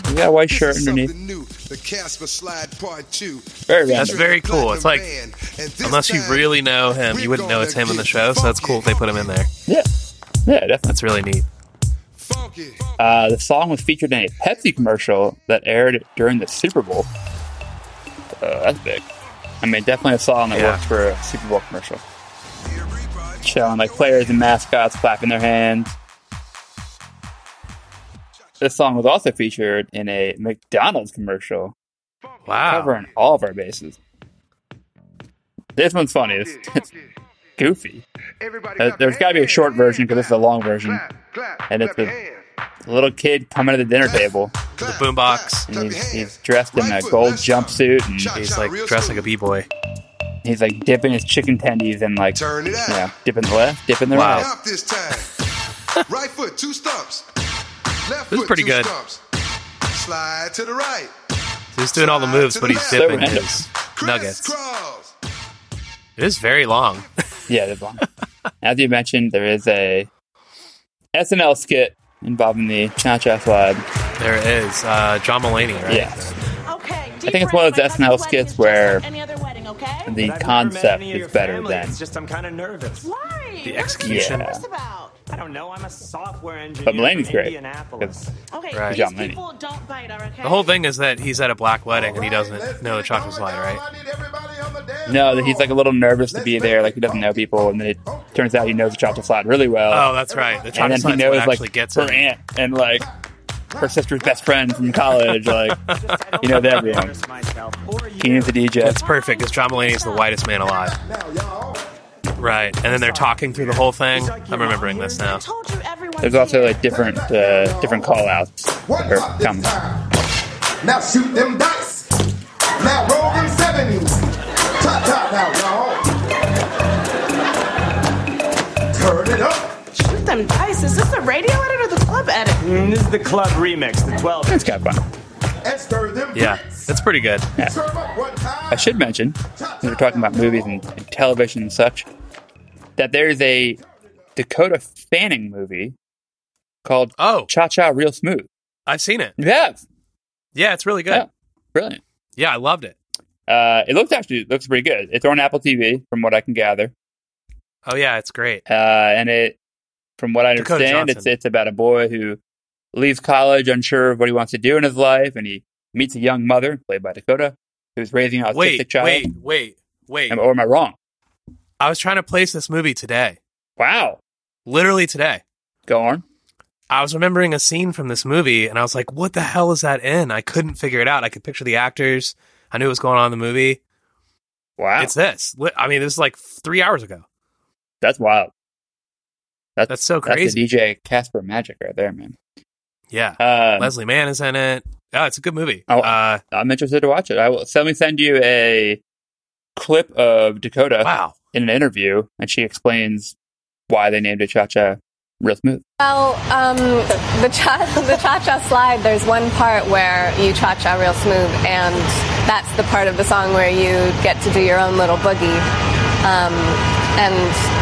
B: He's got a white shirt
D: This is
B: underneath.
D: something new. The Casper Slide Part Two.
B: Very
C: That's
B: random.
C: very cool. It's like
D: Platinum band. And this
C: unless you
D: time,
C: really know him, you wouldn't know it's him in the show. So that's cool if they put him in there.
B: Yeah, yeah, definitely.
C: That's really neat.
B: [laughs]
D: funky.
B: Uh, the song was featured in a Pepsi commercial that aired during the Super Bowl. Uh, that's big. I mean, definitely a song that
C: Yeah.
B: works for a Super Bowl commercial. Showing like players and mascots clapping their hands. This song was also featured in a McDonald's commercial
C: Wow.
B: covering all of our bases. This one's funny. It's, [laughs] it's goofy. Uh, there's got to be a short version because this is a long version. And it's the little kid coming to the dinner table,
D: Clap,
C: boombox.
D: clap,
B: and
D: clap your
B: he's, he's
D: hands.
B: dressed in a
D: Right foot,
B: gold
D: left side.
B: jumpsuit, and
D: Cha-cha,
C: He's like
D: real
C: dressed like a
D: smooth.
C: b boy.
B: he's like dipping his chicken tendies and like
D: Turn it out.
B: you know, dipping the left, dipping the
C: Wow.
B: right.
D: Up this time. right foot, two stumps. Left
C: This is
D: foot,
C: pretty
D: two
C: good.
D: stumps. Slide to the right.
C: He's doing all the moves, but he's
D: So
C: dipping
B: random.
C: his nuggets.
D: Crisscross.
C: It is very long.
B: Yeah, this one. As you mentioned, there is a SNL skit involving the Cha Cha Slide.
C: There it is uh, John Mulaney, right?
B: Yeah,
H: Okay.
B: I think it's one of those SNL skits where-
H: any other wedding, okay?
B: the concept is better than.
I: It's just I'm kind of nervous.
H: Why?
C: The
H: What is this
C: execution.
B: Yeah.
H: about?
I: I don't know. I'm a software engineer.
B: But Mulaney's
I: from
B: great.
I: Indianapolis.
H: Okay.
C: Right.
H: These
B: John Mulaney.
H: people don't bite. All right. Okay?
C: The whole thing is that he's at a black wedding and he doesn't know the chocolate slide, right?
B: No, that he's like a little nervous to be there, like he doesn't know people, and then it turns out he knows the Cha Cha Slide really well.
C: Oh, that's right. The
B: and
C: chocolate
B: then he
C: slide's what
B: knows
C: actually
B: like
C: gets
B: her
C: him.
B: aunt and like her sister's best friend from college. Like
I: Just,
B: You know that everyone. Keenan's a
C: That's
B: DJ.
C: perfect because John Mulaney's the whitest man alive. Right. And then they're talking through the whole thing. I'm remembering this
H: I
C: now.
H: told you everyone.
B: There's also like different uh, different call outs.
J: One
B: Her
J: up this
B: comments.
J: time. Now shoot them dice. Now roll them sevens. Top top now, y'all. Turn it up.
H: Shoot them dice. Is this the radio edit or the club edit?
I: Mm, This is the club remix, the 12.
B: It's kind of fun.
J: And stir them.
C: Yeah,
J: grits.
C: it's pretty good.
J: Serve up one time.
B: I should mention, since we're talking about movies and, and television and such, that there is a Dakota Fanning movie called
C: Oh,
B: Cha Cha Real Smooth.
C: I've seen it.
B: Yeah,
C: Yeah, it's really
B: yeah,
C: good.
B: brilliant.
C: Yeah, I loved it.
B: Uh, it looks actually it looks pretty good. It's on Apple TV, from what I can gather,
C: Oh yeah, it's great.
B: uh, and it, from what I
C: Dakota
B: understand, it's
C: Johnson.
B: it's about a boy who leaves college unsure of what he wants to do in his life, and he meets a young mother played by Dakota who's raising an autistic
C: Wait,
B: child.
C: wait, wait, wait.
B: Am- or am I wrong?
C: I was trying to place this movie today.
B: Wow,
C: Literally today.
B: go on.
C: I was remembering a scene from this movie and I was like, what the hell is that in? I couldn't figure it out. I could picture the actors. I knew what was going on in the movie.
B: Wow,
C: It's this. Li- I mean, this is like three hours ago.
B: that's wild.
C: That's so
B: That's
C: crazy.
B: the DJ Casper magic right there, man.
C: Yeah.
B: Uh,
C: Leslie Mann is in it. Oh, it's a good movie.
B: Oh.
C: Uh,
B: I'm interested to watch it. I will. Let me send you a clip of Dakota
C: wow.
B: in an interview, and she explains why they named it Cha Cha Real Smooth.
K: Well, um, the cha the cha cha slide. There's one part where you cha cha real smooth, and that's the part of the song where you get to do your own little boogie. Um, and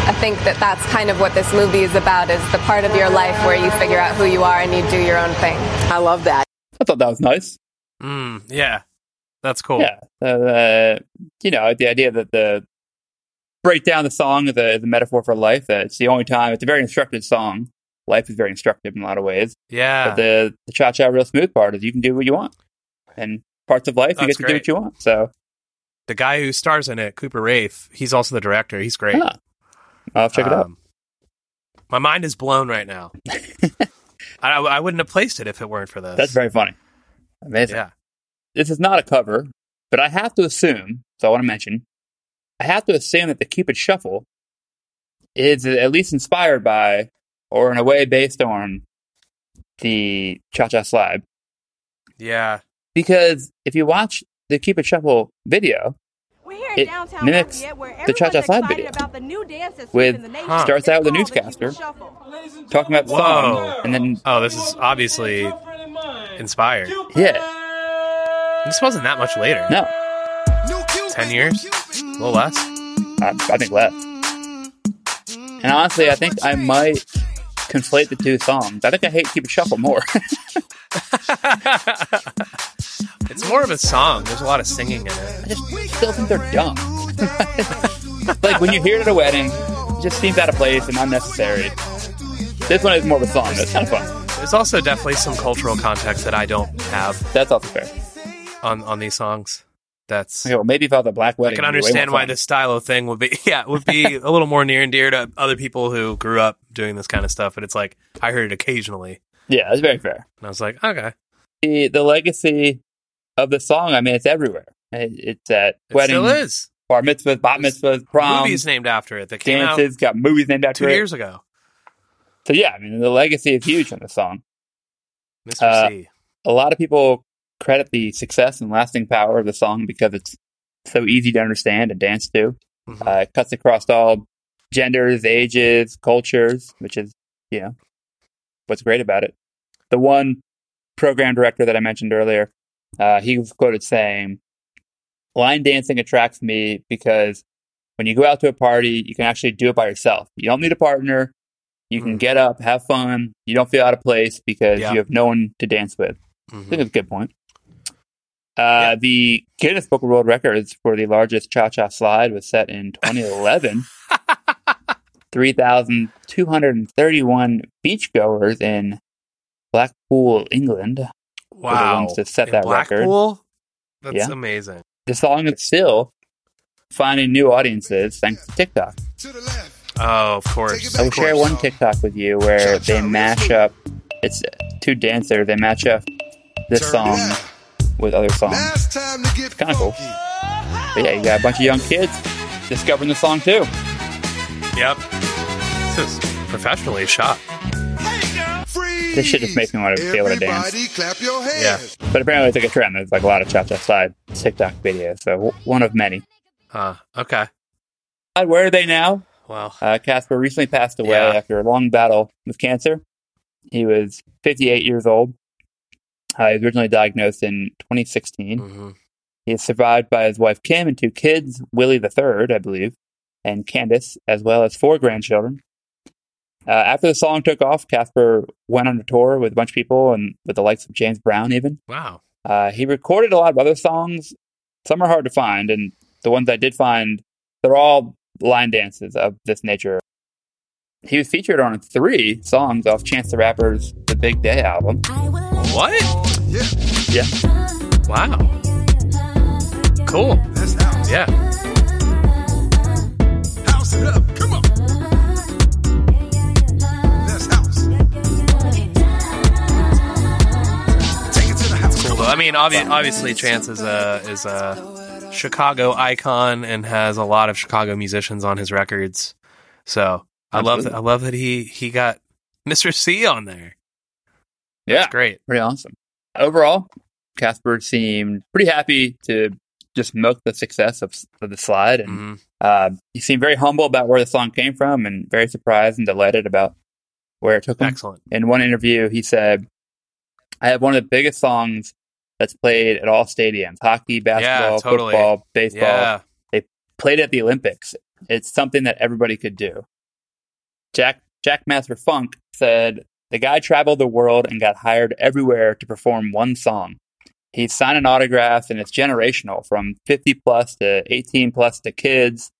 K: I think that that's kind of what this movie is about: is the part of your life where you figure out who you are and you do your own thing.
H: I love that.
B: I thought that was nice.
C: Mm, yeah. That's cool.
B: Yeah, uh, you know the idea that the break down the song is a, is a metaphor for life. That it's the only time. It's a very instructive song. Life is very instructive in a lot of ways.
C: Yeah.
B: But the the cha cha real smooth part is you can do what you want, and parts of life you
C: That's
B: get to do
C: great.
B: what you want. So
C: the guy who stars in it, Cooper Rafe, he's also the director. He's great.
B: huh. I'll check it out.
C: Um, My mind is blown right
B: [laughs]
C: now. I, I wouldn't have placed it if it weren't for this.
B: That's very funny. Amazing.
C: yeah.
B: This is not a cover, but I have to assume. So I want to mention, I have to assume that the Cupid Shuffle is at least inspired by, or in a way based on, the Cha Cha Slide.
C: Yeah.
B: Because if you watch the Cupid Shuffle video,
H: We're here
B: It mimics the Cha Cha Slide video.
H: about the new dance that's
B: With-
H: in the nation.
C: Huh.
B: starts out with a
H: It's called
B: newscaster
H: Cupid Shuffle.
B: talking about the
C: Whoa.
B: song, and then
C: Oh, this is obviously inspired.
B: yeah,
C: This wasn't that much later.
B: no,
D: New Cupid,
C: 10 years?
D: new Cupid.
C: A little less.
B: I, I think left. And honestly, I think I might conflate the two songs. I think I hate Cupid Shuffle more. [laughs]
C: It's more of a song. There's a lot of singing in it.
B: I just still think they're dumb. [laughs] like when you hear it at a wedding, it just seems out of place and unnecessary. This one is more of a song. That's kind of fun.
C: There's also definitely some cultural context that I don't have
B: That's also fair.
C: on, on these songs. That's
B: Okay, well, maybe if I had a black wedding,
C: I can
B: it'd be way more
C: understand why
B: fun.
C: this style of thing would be [laughs] yeah, it would be a little more near and dear to other people who grew up doing this kind of stuff. But it's like I heard it occasionally,
B: Yeah, it's very fair.
C: and I was like, okay,
B: The, the legacy of the song, I mean, it's everywhere. It, it's at
C: it
B: weddings,
C: still is.
B: bar mitzvahs, bat mitzvahs, proms,
C: Movies named after it that came
B: dances. Got movies named
C: out
B: after
C: two
B: it.
C: years ago.
B: So yeah, I mean, the legacy is huge on the song.
C: Mr.
B: Uh,
C: C.
B: a lot of people credit the success and lasting power of the song because it's so easy to understand and dance to.
C: Mhm.
B: Uh, it cuts across all genders, ages, cultures, which is, you know, what's great about it. The one program director that I mentioned earlier, uh, he was quoted saying, Line dancing attracts me because when you go out to a party, you can actually do it by yourself. You don't need a partner. You can get up, have fun. You don't feel out of place because
C: Yeah.
B: you have no one to dance with. I think it's a good point. Uh, The Guinness Book of World Records for the largest cha cha slide was set in 2011. 3,231 beachgoers in Blackpool, England. were the
C: Wow,
B: ones to set
C: In
B: that record.
C: Blackpool. That's
B: Yeah.
C: amazing.
B: The song is still finding new audiences thanks to TikTok.
C: Oh, of course.
B: I will
C: of course.
B: share one TikTok with you where they mash up. It's two dancers. They match up this song with other songs.
D: Last time to get
B: Kind of Um, cool. But yeah, you got a bunch of young kids discovering the song too.
C: Yep. This is professionally shot.
D: free.
B: This shit just makes me want to be able to dance.
D: Everybody clap your
C: Yeah.
D: hands.
B: But apparently, it's like a trend. There's like a lot of cha cha slide TikTok videos. So w- one of many.
C: Huh. Okay.
B: Uh, Where are they now?
C: Well,
B: Uh, Casper recently passed away
C: Yeah.
B: after a long battle with cancer. He was 58 years old. Uh, he was originally diagnosed in 2016.
C: mhm.
B: He is survived by his wife Kim and two kids, Willie the third, I believe, and Candace, as well as four grandchildren. Uh, after the song took off, Casper went on a tour with a bunch of people and with the likes of James Brown, even.
C: wow.
B: Uh, he recorded a lot of other songs. Some are hard to find, and the ones I did find, they're all line dances of this nature. He was featured on three songs off Chance the Rapper's The Big Day album.
C: What?
B: Yeah.
C: Wow. Cool.
D: Let's house,
C: Yeah.
D: house it up. Come on. Let's house. Take it to the house.
C: Cool. Though. I mean, obvi- obviously, Chance is a is a Chicago icon and has a lot of Chicago musicians on his records. So I love that. I love that he he got [laughs] Mr. C on there.
B: Yeah.
C: That's great.
B: pretty awesome. Overall, Casper seemed pretty happy to just milk the success of, of the slide, and
C: Mhm.
B: uh, he seemed very humble about where the song came from, and very surprised and delighted about where it took him.
C: Excellent.
B: In one interview, he said, "I have one of the biggest songs that's played at all stadiums: hockey, basketball,
C: totally.
B: football, baseball.
C: Yeah.
B: Played at the Olympics. It's something that everybody could do." Jack Jack Master Funk said, "The guy traveled the world and got hired everywhere to perform one song. He's signing autographs, and it's generational from 50 plus to 18 plus to kids.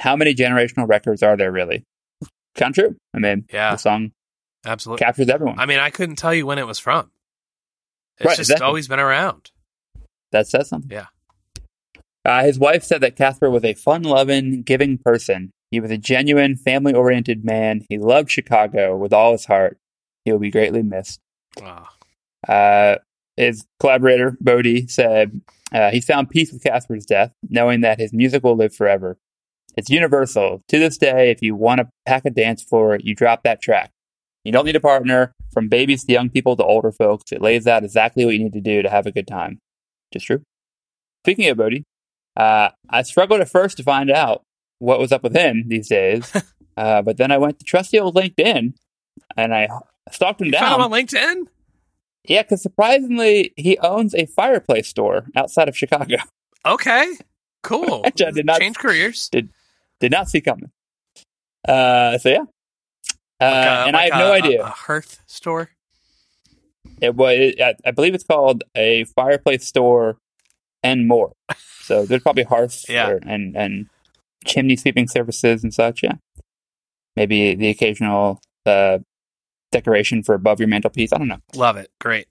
B: How many generational records are there really?" Kind of true. I mean,
C: Yeah.
B: the song
C: Absolutely.
B: captures everyone.
C: I mean, I couldn't tell you when it was from. It's
B: Right,
C: just
B: exactly.
C: always been around.
B: That says something.
C: Yeah.
B: Uh, his wife said that Casper was a fun loving, giving person. He was a genuine, family oriented man. He loved Chicago with all his heart. He will be greatly missed.
C: Wow.
B: Uh, his collaborator, Bodie, said uh, he found peace with Casper's death, knowing that his music will live forever. It's universal. To this day, if you want to pack a dance floor, you drop that track. You don't need a partner. From babies to young people to older folks, it lays out exactly what you need to do to have a good time. Just true. Speaking of Bodie, uh, I struggled at first to find out what was up with him
C: [laughs]
B: these days, uh, but then I went to trusty old LinkedIn and I stalked him down.
C: Found him on LinkedIn.
B: Yeah, because surprisingly, he owns a fireplace store outside of Chicago. [laughs]
C: Okay. Cool.
B: Which [laughs] I did not-
C: Change careers.
B: Did not see coming. Uh, so yeah, uh,
C: Like a-
B: and I
C: like
B: have
C: a-
B: no idea.
C: A, a hearth store.
B: it was, I, I believe it's called a fireplace store and more. So there's probably hearths
C: Yeah.
B: there and and chimney sweeping services and such. Yeah, maybe the occasional uh, decoration for above your mantelpiece. I don't know.
C: Love it. Great.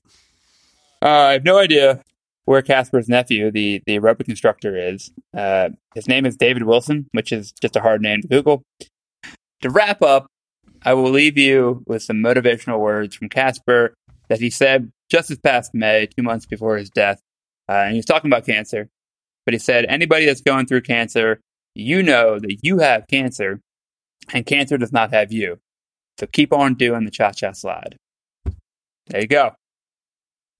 B: Uh, I have no idea where Casper's nephew, the the aerobic instructor, is. Uh, his name is David Wilson, which is just a hard name to Google. To wrap up, I will leave you with some motivational words from Casper that he said just this past May, two months before his death. Uh, and he was talking about cancer, but he said, anybody that's going through cancer, you know that you have cancer, and cancer does not have you. So keep on doing the cha-cha slide. There you go.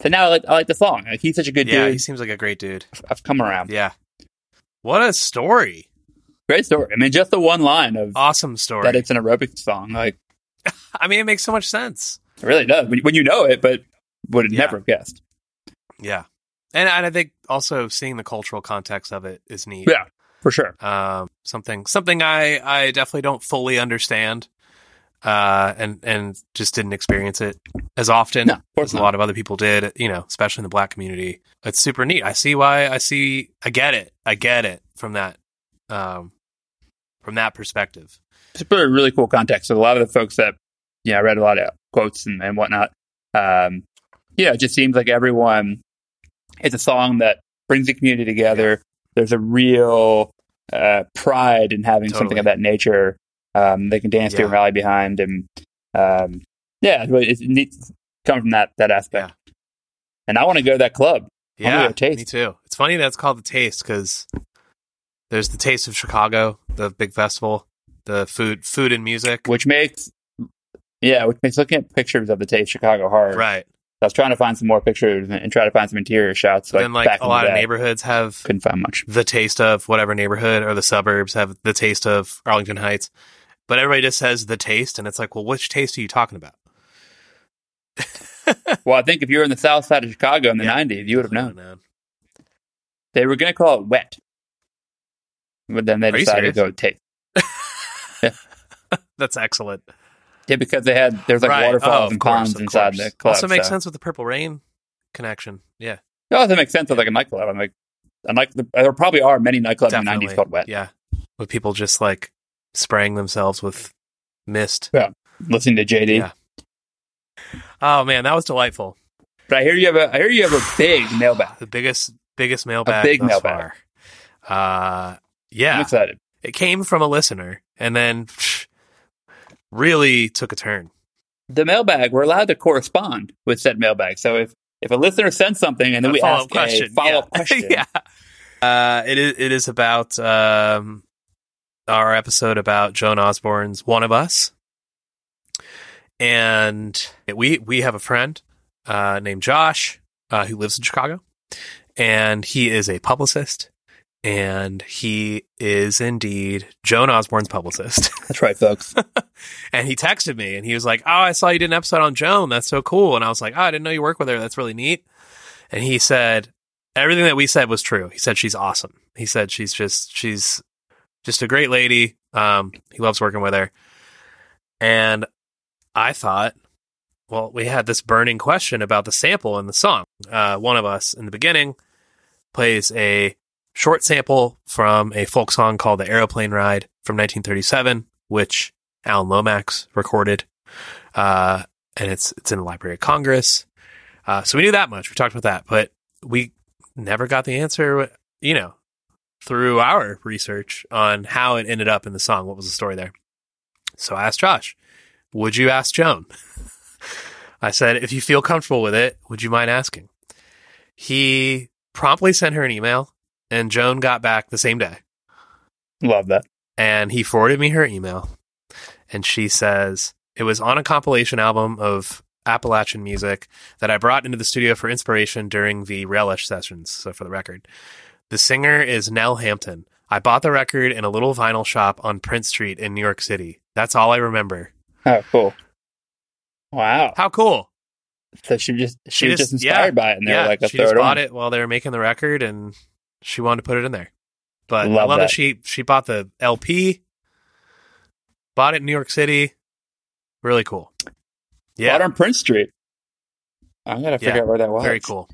B: So now I like, I like the song. Like, he's such a good
C: yeah,
B: dude.
C: he seems like a great dude.
B: I've come around.
C: Yeah. What a story.
B: Great story. I mean, just the one line of
C: Awesome story.
B: that it's an aerobic song. Like,
C: I mean, it makes so much sense.
B: it really does. When, when you know it, but would have
C: Yeah.
B: never have guessed.
C: Yeah. And, and I think also seeing the cultural context of it is neat.
B: Yeah, for sure.
C: um, something something I I definitely don't fully understand, uh, and and just didn't experience it as often
B: No, of course
C: as a
B: not.
C: lot of other people did. You know, especially in the black community, it's super neat. I see why. I see. I get it. I get it from that, um, from that perspective.
B: It's put a really cool context. So a lot of the folks that, yeah, I read a lot of quotes and, and whatnot. Um, yeah, it just seems like everyone, it's a song that brings the community together. There's a real uh, pride in having something
C: Totally.
B: of that nature. Um, they can dance to and
C: Yeah.
B: rally behind. And um, yeah, it's really, it's neat to come from that, that aspect. And I want to go to that club. I'm gonna
C: Yeah,
B: go taste.
C: me too. It's funny that it's called the Taste because there's the Taste of Chicago, the big festival, the food, food and music.
B: which makes yeah, which makes looking at pictures of the Taste Chicago hard.
C: Right.
B: So I was trying to find some more pictures and, and try to find some interior shots. Like,
C: and like
B: back
C: a lot of
B: neighbors
C: neighborhoods have
B: couldn't find much.
C: the taste of whatever neighborhood or the suburbs have the taste of Arlington Heights. But everybody just says the taste, and it's like, well, which taste are you talking about?
B: Well, I think if you were in the South Side of Chicago in the
C: Yeah.
B: '90s, you would have
C: Definitely
B: known.
C: would've
B: They were going to call it wet, but then they
C: Are you
B: decided to go
C: serious?
B: with taste.
C: That's excellent.
B: Yeah, because they had there's like
C: Right. Oh,
B: waterfalls
C: of
B: and
C: course,
B: ponds
C: of
B: inside
C: course.
B: the club.
C: Also makes
B: so-
C: sense with the Purple Rain connection. Yeah,
B: It also makes sense with like a nightclub. I'm like, a night, there probably are many nightclubs in the
C: definitely.
B: '90s called wet.
C: Yeah, with people just like spraying themselves with mist.
B: Listening to JD,
C: Yeah. Oh man, that was delightful.
B: but I hear you have a I hear you have a big mailbag.
C: The biggest, biggest mailbag.
B: big
C: thus
B: mailbag.
C: far. Uh,
B: I'm
C: yeah,
B: excited.
C: it came from a listener, and then really took a turn.
B: the mailbag, we're allowed to correspond with said mailbag. So if if a listener sends something and then
C: A
B: we
C: follow-up
B: ask
C: [laughs]
B: a follow-up
C: yeah.
B: question,
C: yeah. Uh, it is. It is about um, our episode about Joan Osborne's "One of Us," and we we have a friend uh, named Josh uh, who lives in Chicago, and he is a publicist, and he is indeed Joan Osborne's publicist. [laughs]
B: that's right, folks.
C: and he texted me and he was like, "Oh, I saw you did an episode on Joan. That's so cool." And I was like, "Oh, I didn't know you work with her. That's really neat." And he said everything that we said was true. He said she's awesome. He said she's just she's just a great lady. Um, he loves working with her. And I thought, well, we had this burning question about the sample in the song. Uh, one of us in the beginning plays a short sample from a folk song called "The Aeroplane Ride" from 1937, which Alan Lomax recorded, uh, and it's it's in the Library of Congress. Uh, so we knew that much. We talked about that, but we never got the answer. You know, through our research on how it ended up in the song, what was the story there? So I asked Josh, "Would you ask Joan?" [laughs] I said, "If you feel comfortable with it, would you mind asking?" He promptly sent her an email, and Joan got back the same day
B: Love that.
C: and he forwarded me her email and she says it was on a compilation album of appalachian music that i brought into the studio for inspiration during the relish sessions so for the record the singer is nell hampton i bought the record in a little vinyl shop on prince street in new york city that's all i remember
B: Oh, cool. Wow.
C: how cool
B: So she just she,
C: She
B: was just
C: just-
B: inspired
C: yeah,
B: by it, and they're
C: yeah
B: like, "Let's
C: she
B: throw
C: just
B: it
C: bought
B: on."
C: it while they were making the record and she wanted to put it in there but i
B: Love
C: love that.
B: that.
C: she she bought the lp bought it in new york city really cool yeah
B: Out on Prince Street. I'm gonna figure
C: Yeah.
B: out where that was.
C: very cool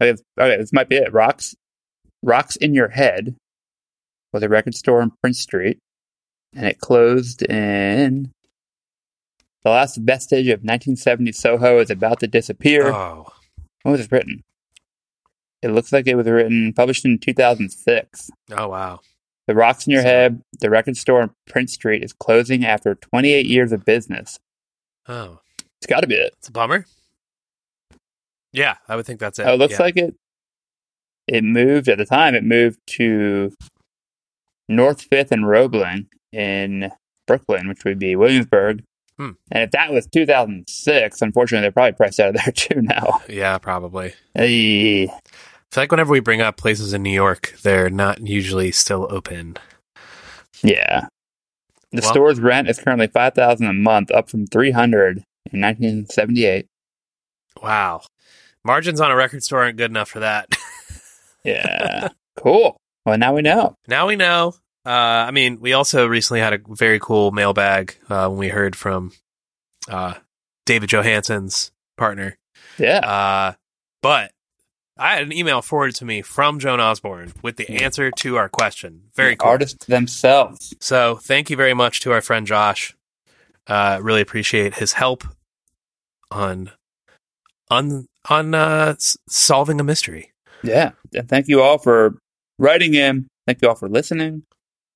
B: Okay, th- okay, this might be it. Rocks, rocks in your head was a record store on Prince Street, and it closed in. The last vestige of 1970 Soho is about to disappear.
C: oh
B: When was it written? It looks like it was written, published in 2006.
C: Oh, wow.
B: The Rocks in Your Head, the record store on Prince Street, is closing after 28 years of business.
C: Oh,
B: It's got to be it.
C: it's a bummer. Yeah, I would think that's it.
B: Oh, it looks
C: Yeah.
B: like it. It moved at the time. It moved to North Fifth and Roebling in Brooklyn, which would be Williamsburg.
C: Hmm.
B: And if that was 2006, unfortunately, they're probably priced out of there [laughs] too now.
C: Yeah, probably.
B: Eh,
C: It's like whenever we bring up places in New York, they're not usually still open.
B: yeah. The
C: Well-
B: store's rent is currently five thousand a month, up from three hundred in 1978.
C: Wow. Margins on a record store aren't good enough for that. [laughs]
B: Yeah. cool. Well, now we know.
C: now we know. Uh, I mean, we also recently had a very cool mailbag uh, when we heard from uh, David Johansen's partner.
B: Yeah.
C: Uh, but I had an email forwarded to me from Joan Osborne with the
B: Hmm.
C: answer to our question. Very cool.
B: Artists themselves.
C: So thank you very much to our friend Josh. Uh, really appreciate his help on on on uh, s- solving a mystery.
B: Yeah. And thank you all for writing in. Thank you all for listening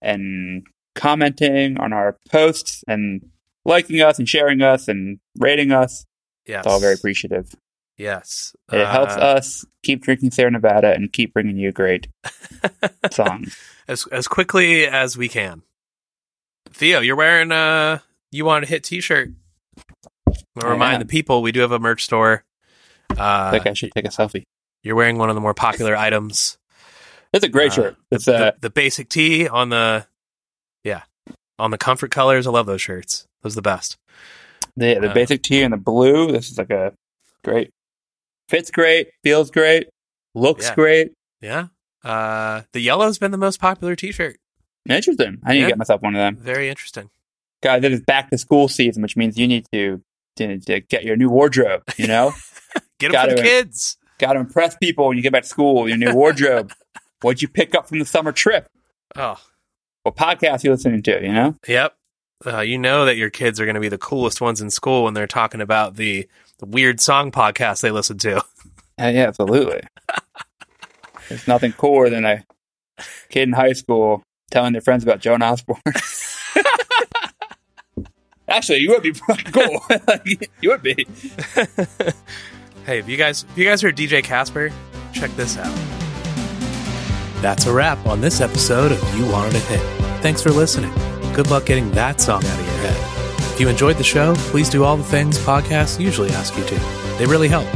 B: and commenting on our posts and liking us and sharing us and rating us.
C: Yes,
B: It's all very appreciative.
C: Yes,
B: It helps
C: Uh,
B: us keep drinking Sierra Nevada and keep bringing you
C: [laughs]
B: great songs.
C: as as quickly as we can. Theo, you're wearing a you wanted to hit T-shirt. Wanna
B: I
C: remind
B: am.
C: the people we do have a merch store. Uh,
B: I think I should take a selfie.
C: You're wearing one of the more popular items.
B: It's a great
C: Uh,
B: shirt. It's uh,
C: the, the basic tee on the yeah on the comfort colors. I love those shirts. Those are the best.
B: the, the
C: uh,
B: basic tee and the blue. This is like a great, fits great, feels great, looks
C: Yeah.
B: great.
C: Yeah. Uh, the yellow's been the most popular T-shirt.
B: Interesting. I need
C: Yeah.
B: to get myself one of them.
C: Very interesting.
B: guys, it is back to school season, which means you need to to, to get your new wardrobe. You
C: [laughs]
B: know,
C: Get them
B: Gotta
C: for the
B: im-
C: kids.
B: got to impress people when you get back to school. with Your
C: [laughs]
B: new wardrobe. What'd you pick up from the summer trip?
C: Oh,
B: What podcast you listening to? You know,
C: Yep. Uh, you know that your kids are going to be the coolest ones in school when they're talking about the, the weird song podcast they listen to.
B: Uh, yeah, absolutely. There's nothing cooler than a kid in high school telling their friends about Joan Osborne. [laughs] Actually, you would be fucking cool. [laughs] you would be.
C: hey, if you guys if you guys heard DJ Casper, check this out.
A: That's a wrap on this episode of You Wanted a Hit. Thanks for listening. Good luck getting that song out of your head. If you enjoyed the show, please do all the things podcasts usually ask you to. They really help.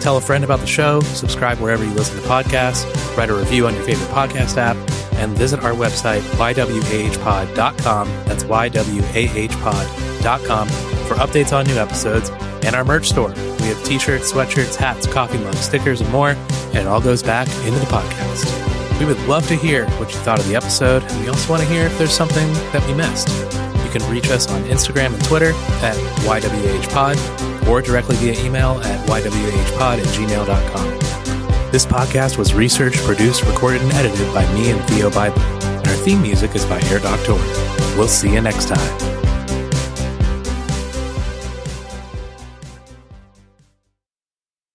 A: Tell a friend about the show, subscribe wherever you listen to podcasts, write a review on your favorite podcast app, and visit our website, ywahpod.com. That's ywahpod.com for updates on new episodes and our merch store. We have t shirts, sweatshirts, hats, coffee mugs, stickers, and more, and it all goes back into the podcast. We would love to hear what you thought of the episode, and we also want to hear if there's something that we missed. You can reach us on Instagram and Twitter at YWHpod or directly via email at YWHpod at gmail.com. This podcast was researched, produced, recorded, and edited by me and Theo Bible, and our theme music is by Air Doctor. We'll see you next time.